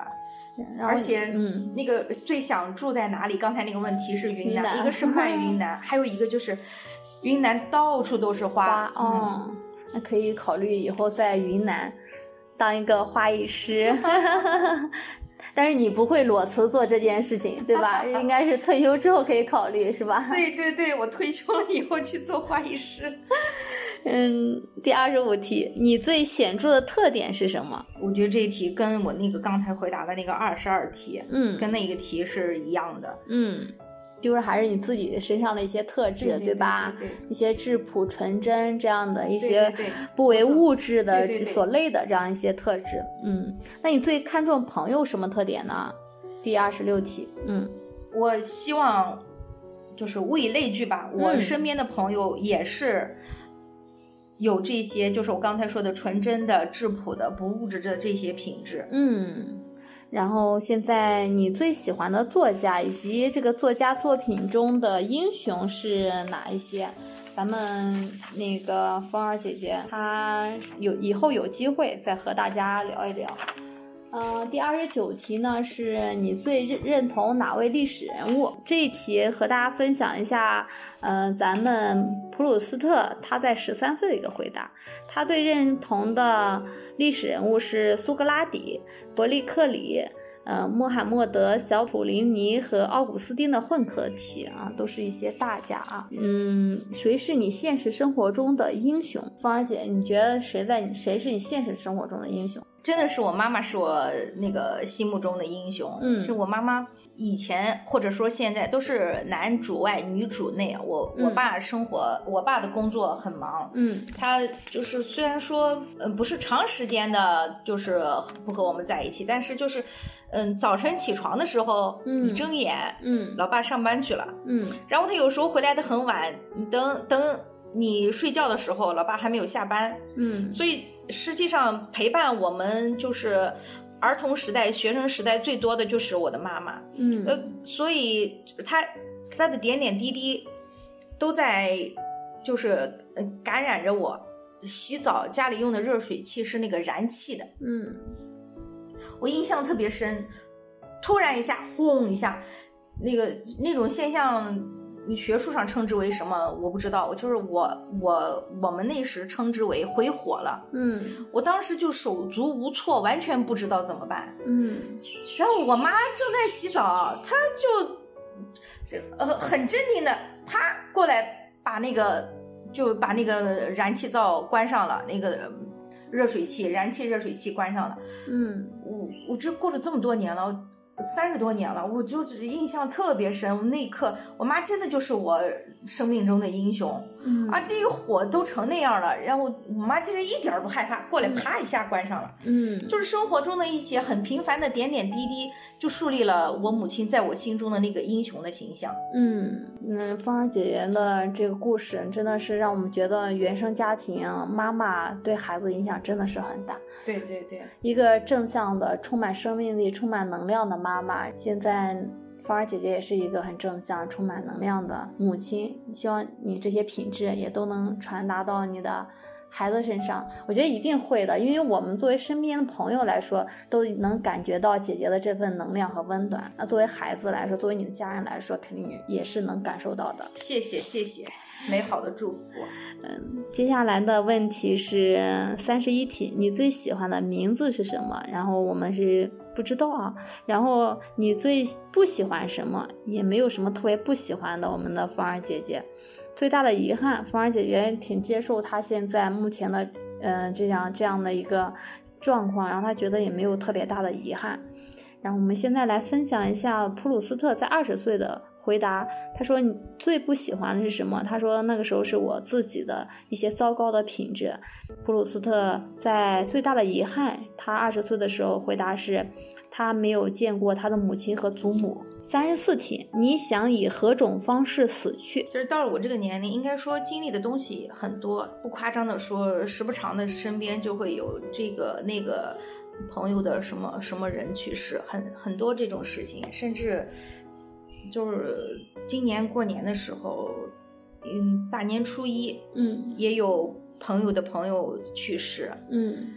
[SPEAKER 1] 然后
[SPEAKER 2] 而且
[SPEAKER 1] 嗯
[SPEAKER 2] 那个最想住在哪里？刚才那个问题是云
[SPEAKER 1] 云
[SPEAKER 2] 南，
[SPEAKER 1] 南
[SPEAKER 2] 一个是慢云 南，还有一个就是云南到处都是花。嗯
[SPEAKER 1] 花哦，那可以考虑以后在云南当一个花艺 师。但是你不会裸辞做这件事情，对吧？应该是退休之后可以考虑，是吧
[SPEAKER 2] 嗯，？对对对，我退休了以后去做花艺师。
[SPEAKER 1] 嗯，第二十五题，你最显著的特点是什么？
[SPEAKER 2] 我觉得这一题跟我那个刚才回答的那个二十二题，
[SPEAKER 1] 嗯
[SPEAKER 2] 跟那个题是一样的，
[SPEAKER 1] 嗯，就是还是你自己身上的一些特质，
[SPEAKER 2] 对对
[SPEAKER 1] 吧？
[SPEAKER 2] 对对对
[SPEAKER 1] 一些质朴、纯真这样的一些
[SPEAKER 2] 对对对
[SPEAKER 1] 不为物质的
[SPEAKER 2] 对对对
[SPEAKER 1] 所累的这样一些特质。嗯，那你最看重朋友什么特点呢？第二十六题，嗯
[SPEAKER 2] 我希望就是物以类聚吧，我
[SPEAKER 1] 嗯
[SPEAKER 2] 身边的朋友也是有这些，就是我刚才说的纯真的、质朴的、不物质的这些品质。
[SPEAKER 1] 嗯。然后现在你最喜欢的作家以及这个作家作品中的英雄是哪一些？咱们那个风儿姐姐，她有以后有机会再和大家聊一聊。嗯、第二十九题呢是你最认认同哪位历史人物？这一题和大家分享一下，呃，咱们普普鲁斯特他在十三岁的一个回答，他最认同的历史人物是苏格拉底、伯利克里、呃穆罕默德、小普林尼和奥古斯丁的混合体啊，都是一些大家啊。嗯，谁是你现实生活中的英雄？芳儿姐，你觉得谁在你谁是你现实生活中的英雄？
[SPEAKER 2] 真的是我妈妈是我那个心目中的英雄，
[SPEAKER 1] 嗯
[SPEAKER 2] 是我妈妈以前或者说现在都是男主外女主内。我我
[SPEAKER 1] 嗯
[SPEAKER 2] 爸生活，我爸的工作很忙，
[SPEAKER 1] 嗯
[SPEAKER 2] 他就是虽然说呃不是长时间的，就是不和我们在一起，但是就是嗯早晨起床的时候，
[SPEAKER 1] 嗯
[SPEAKER 2] 一睁眼，
[SPEAKER 1] 嗯
[SPEAKER 2] 老爸上班去了，
[SPEAKER 1] 嗯
[SPEAKER 2] 然后他有时候回来的很晚，你等等你睡觉的时候，老爸还没有下班，
[SPEAKER 1] 嗯
[SPEAKER 2] 所以实际上陪伴我们就是儿童时代、学生时代最多的就是我的妈妈。呃
[SPEAKER 1] 嗯，
[SPEAKER 2] 所以她她的点点滴滴都在就是呃感染着我。洗澡家里用的热水器是那个燃气的，
[SPEAKER 1] 嗯
[SPEAKER 2] 我印象特别深。突然一下，轰一下，那个那种现象，学术上称之为什么我不知道，就是我我我们那时称之为回火了。
[SPEAKER 1] 嗯
[SPEAKER 2] 我当时就手足无措，完全不知道怎么办。
[SPEAKER 1] 嗯
[SPEAKER 2] 然后我妈正在洗澡，她就呃很镇定的啪过来把那个就把那个燃气灶关上了，那个呃热水器燃气热水器关上了。
[SPEAKER 1] 嗯
[SPEAKER 2] 我我这过了这么多年了。三十多年了，我就只印象特别深。我那一刻，我妈真的就是我生命中的英雄
[SPEAKER 1] 嗯
[SPEAKER 2] 啊！这一火都成那样了，然后我妈竟然一点儿不害怕，过来啪一下关上了。
[SPEAKER 1] 嗯
[SPEAKER 2] 就是生活中的一些很平凡的点点滴滴，就树立了我母亲在我心中的那个英雄的形象。
[SPEAKER 1] 嗯，那芳儿姐姐的这个故事真的是让我们觉得原生家庭啊妈妈对孩子影响真的是很大。
[SPEAKER 2] 对对对，
[SPEAKER 1] 一个正向的、充满生命力、充满能量的妈妈，现在芳儿姐姐也是一个很正向、充满能量的母亲。希望你这些品质也都能传达到你的。孩子身上，我觉得一定会的，因为我们作为身边的朋友来说，都能感觉到姐姐的这份能量和温暖。那作为孩子来说，作为你的家人来说，肯定也是能感受到的。
[SPEAKER 2] 谢谢谢谢，美好的祝福。
[SPEAKER 1] 接下来的问题是三十一题，你最喜欢的名字是什么？然后我们是不知道啊。然后你最不喜欢什么？也没有什么特别不喜欢的。我们的芳儿姐姐最大的遗憾，芳儿姐姐挺接受她现在目前的嗯、呃这样这样的一个状况，然后她觉得也没有特别大的遗憾。然后我们现在来分享一下普鲁斯特在二十岁的回答。他说：“你最不喜欢的是什么？”他说：“那个时候是我自己的一些糟糕的品质。”普鲁斯特在最大的遗憾，他二十岁的时候回答是，他没有见过他的母亲和祖母。三十四题，你想以何种方式死去？
[SPEAKER 2] 就是到了我这个年龄，应该说经历的东西很多，不夸张的说，时不常的身边就会有这个那个朋友的什么什么人去世，很很多这种事情，甚至就是今年过年的时候，嗯，大年初一，
[SPEAKER 1] 嗯
[SPEAKER 2] 也有朋友的朋友去世，
[SPEAKER 1] 嗯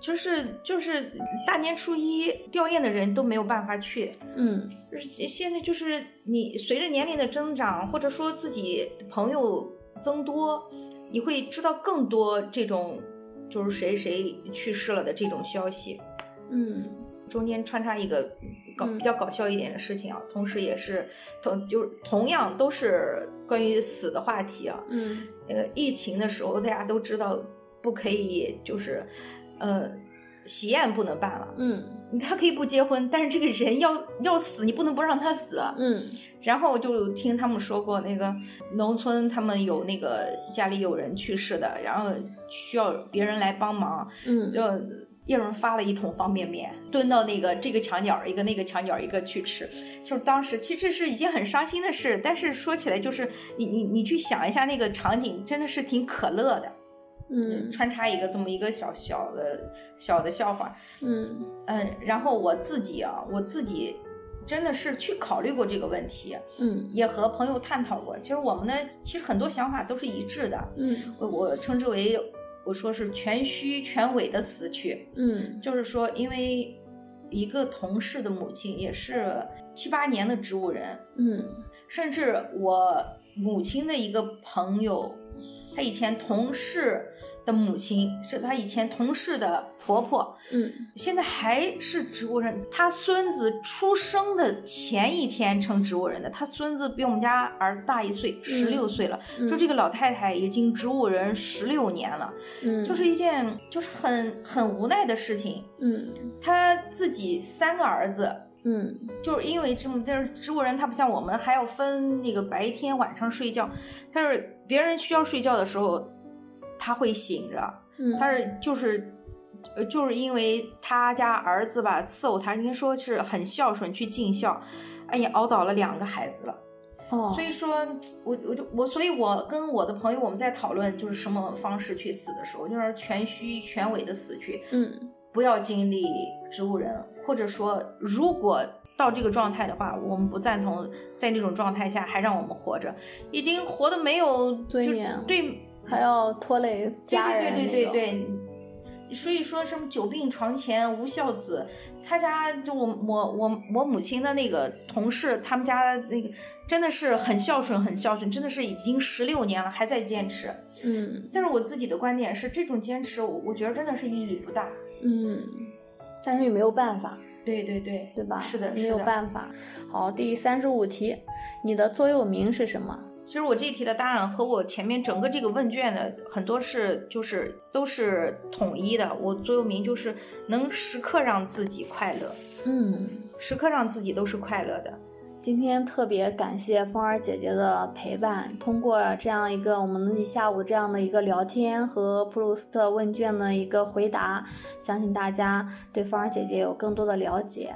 [SPEAKER 2] 就是就是大年初一吊唁的人都没有办法去。
[SPEAKER 1] 嗯
[SPEAKER 2] 就是现现在就是你随着年龄的增长，或者说自己朋友增多，你会知道更多这种就是谁谁去世了的这种消息。
[SPEAKER 1] 嗯
[SPEAKER 2] 中间穿插一个搞
[SPEAKER 1] 嗯
[SPEAKER 2] 比较搞笑一点的事情啊，同时也是同就是同样都是关于死的话题啊。
[SPEAKER 1] 嗯
[SPEAKER 2] 那个疫情的时候，大家都知道不可以，就是，呃，喜宴不能办了。
[SPEAKER 1] 嗯
[SPEAKER 2] 他可以不结婚，但是这个人要要死，你不能不让他死。
[SPEAKER 1] 嗯
[SPEAKER 2] 然后就听他们说过，那个农村他们有那个家里有人去世的，然后需要别人来帮忙，
[SPEAKER 1] 嗯
[SPEAKER 2] 就一人发了一桶方便面，蹲到那个这个墙角儿一个那个墙角儿一个去吃，就是当时其实是一件很伤心的事，但是说起来就是你你你去想一下那个场景，真的是挺可乐的。
[SPEAKER 1] 嗯
[SPEAKER 2] 穿插一个这么一个小小的小的笑话，
[SPEAKER 1] 嗯
[SPEAKER 2] 嗯，然后我自己啊，我自己真的是去考虑过这个问题，
[SPEAKER 1] 嗯
[SPEAKER 2] 也和朋友探讨过。其实我们的其实很多想法都是一致的，
[SPEAKER 1] 嗯
[SPEAKER 2] 我我称之为我说是全虚全伪的死去。
[SPEAKER 1] 嗯
[SPEAKER 2] 就是说，因为一个同事的母亲也是七八年的植物人，
[SPEAKER 1] 嗯
[SPEAKER 2] 甚至我母亲的一个朋友，她以前同事的母亲，是她以前同事的婆婆，
[SPEAKER 1] 嗯，
[SPEAKER 2] 现在还是植物人。她孙子出生的前一天成植物人的，她孙子比我们家儿子大一岁，十六岁了。就这
[SPEAKER 1] 个，
[SPEAKER 2] 个老太太已经植物人十六年了，
[SPEAKER 1] 嗯，
[SPEAKER 2] 就是一件就是很很无奈的事情。
[SPEAKER 1] 嗯
[SPEAKER 2] 她自己三个儿子，
[SPEAKER 1] 嗯
[SPEAKER 2] 就是因为这种就是植物人，他不像我们还要分那个白天晚上睡觉，他是别人需要睡觉的时候，他会醒着，
[SPEAKER 1] 嗯，
[SPEAKER 2] 他是就是。呃，就是因为他家儿子吧伺候他，应该说是很孝顺，去尽孝，哎呀，熬倒了两个孩子了。
[SPEAKER 1] 哦
[SPEAKER 2] 所，以说，我我就我，所以我跟我的朋友我们在讨论就是什么方式去死的时候，就是全虚全伪的死去，
[SPEAKER 1] 嗯
[SPEAKER 2] 不要经历植物人，或者说，如果到这个状态的话，我们不赞同在那种状态下还让我们活着，已经活的没有
[SPEAKER 1] 尊
[SPEAKER 2] 就
[SPEAKER 1] 严了
[SPEAKER 2] 对，
[SPEAKER 1] 还要拖累家人
[SPEAKER 2] 对对
[SPEAKER 1] 那
[SPEAKER 2] 对对
[SPEAKER 1] 种
[SPEAKER 2] 对对。所以说什么久病床前无孝子，他家就我我我我母亲的那个同事，他们家那个真的是很孝顺，很孝顺，真的是已经十六年了还在坚持。
[SPEAKER 1] 嗯
[SPEAKER 2] 但是我自己的观点是，这种坚持我我觉得真的是意义不大。
[SPEAKER 1] 嗯，但是也没有办法，
[SPEAKER 2] 对对对，
[SPEAKER 1] 对吧？
[SPEAKER 2] 是的，
[SPEAKER 1] 没
[SPEAKER 2] 是
[SPEAKER 1] 有
[SPEAKER 2] 的。
[SPEAKER 1] 办法。好，第三十五题，你的座右铭是什么？
[SPEAKER 2] 其实我这一题的答案和我前面整个这个问卷的很多是就是都是统一的。我座右铭就是能时刻让自己快乐，
[SPEAKER 1] 嗯。
[SPEAKER 2] 时刻让自己都是快乐的。
[SPEAKER 1] 今天特别感谢风儿姐姐的陪伴，通过这样一个我们一下午这样的一个聊天和普鲁斯特问卷的一个回答，相信大家对风儿姐姐有更多的了解。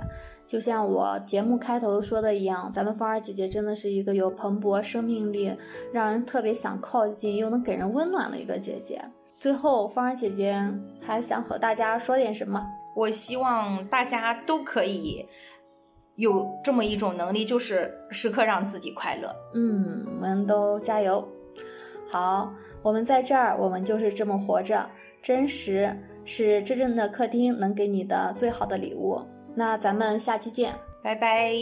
[SPEAKER 1] 就像我节目开头说的一样，咱们风儿姐姐真的是一个有蓬勃生命力，让人特别想靠近又能给人温暖的一个姐姐。最后，风儿姐姐还想和大家说点什么？
[SPEAKER 2] 我希望大家都可以有这么一种能力，就是时刻让自己快乐。
[SPEAKER 1] 嗯，我们都加油。好，我们在这儿，我们就是这么活着，真实是真正的客厅能给你的最好的礼物。那咱们下期见。
[SPEAKER 2] 拜拜。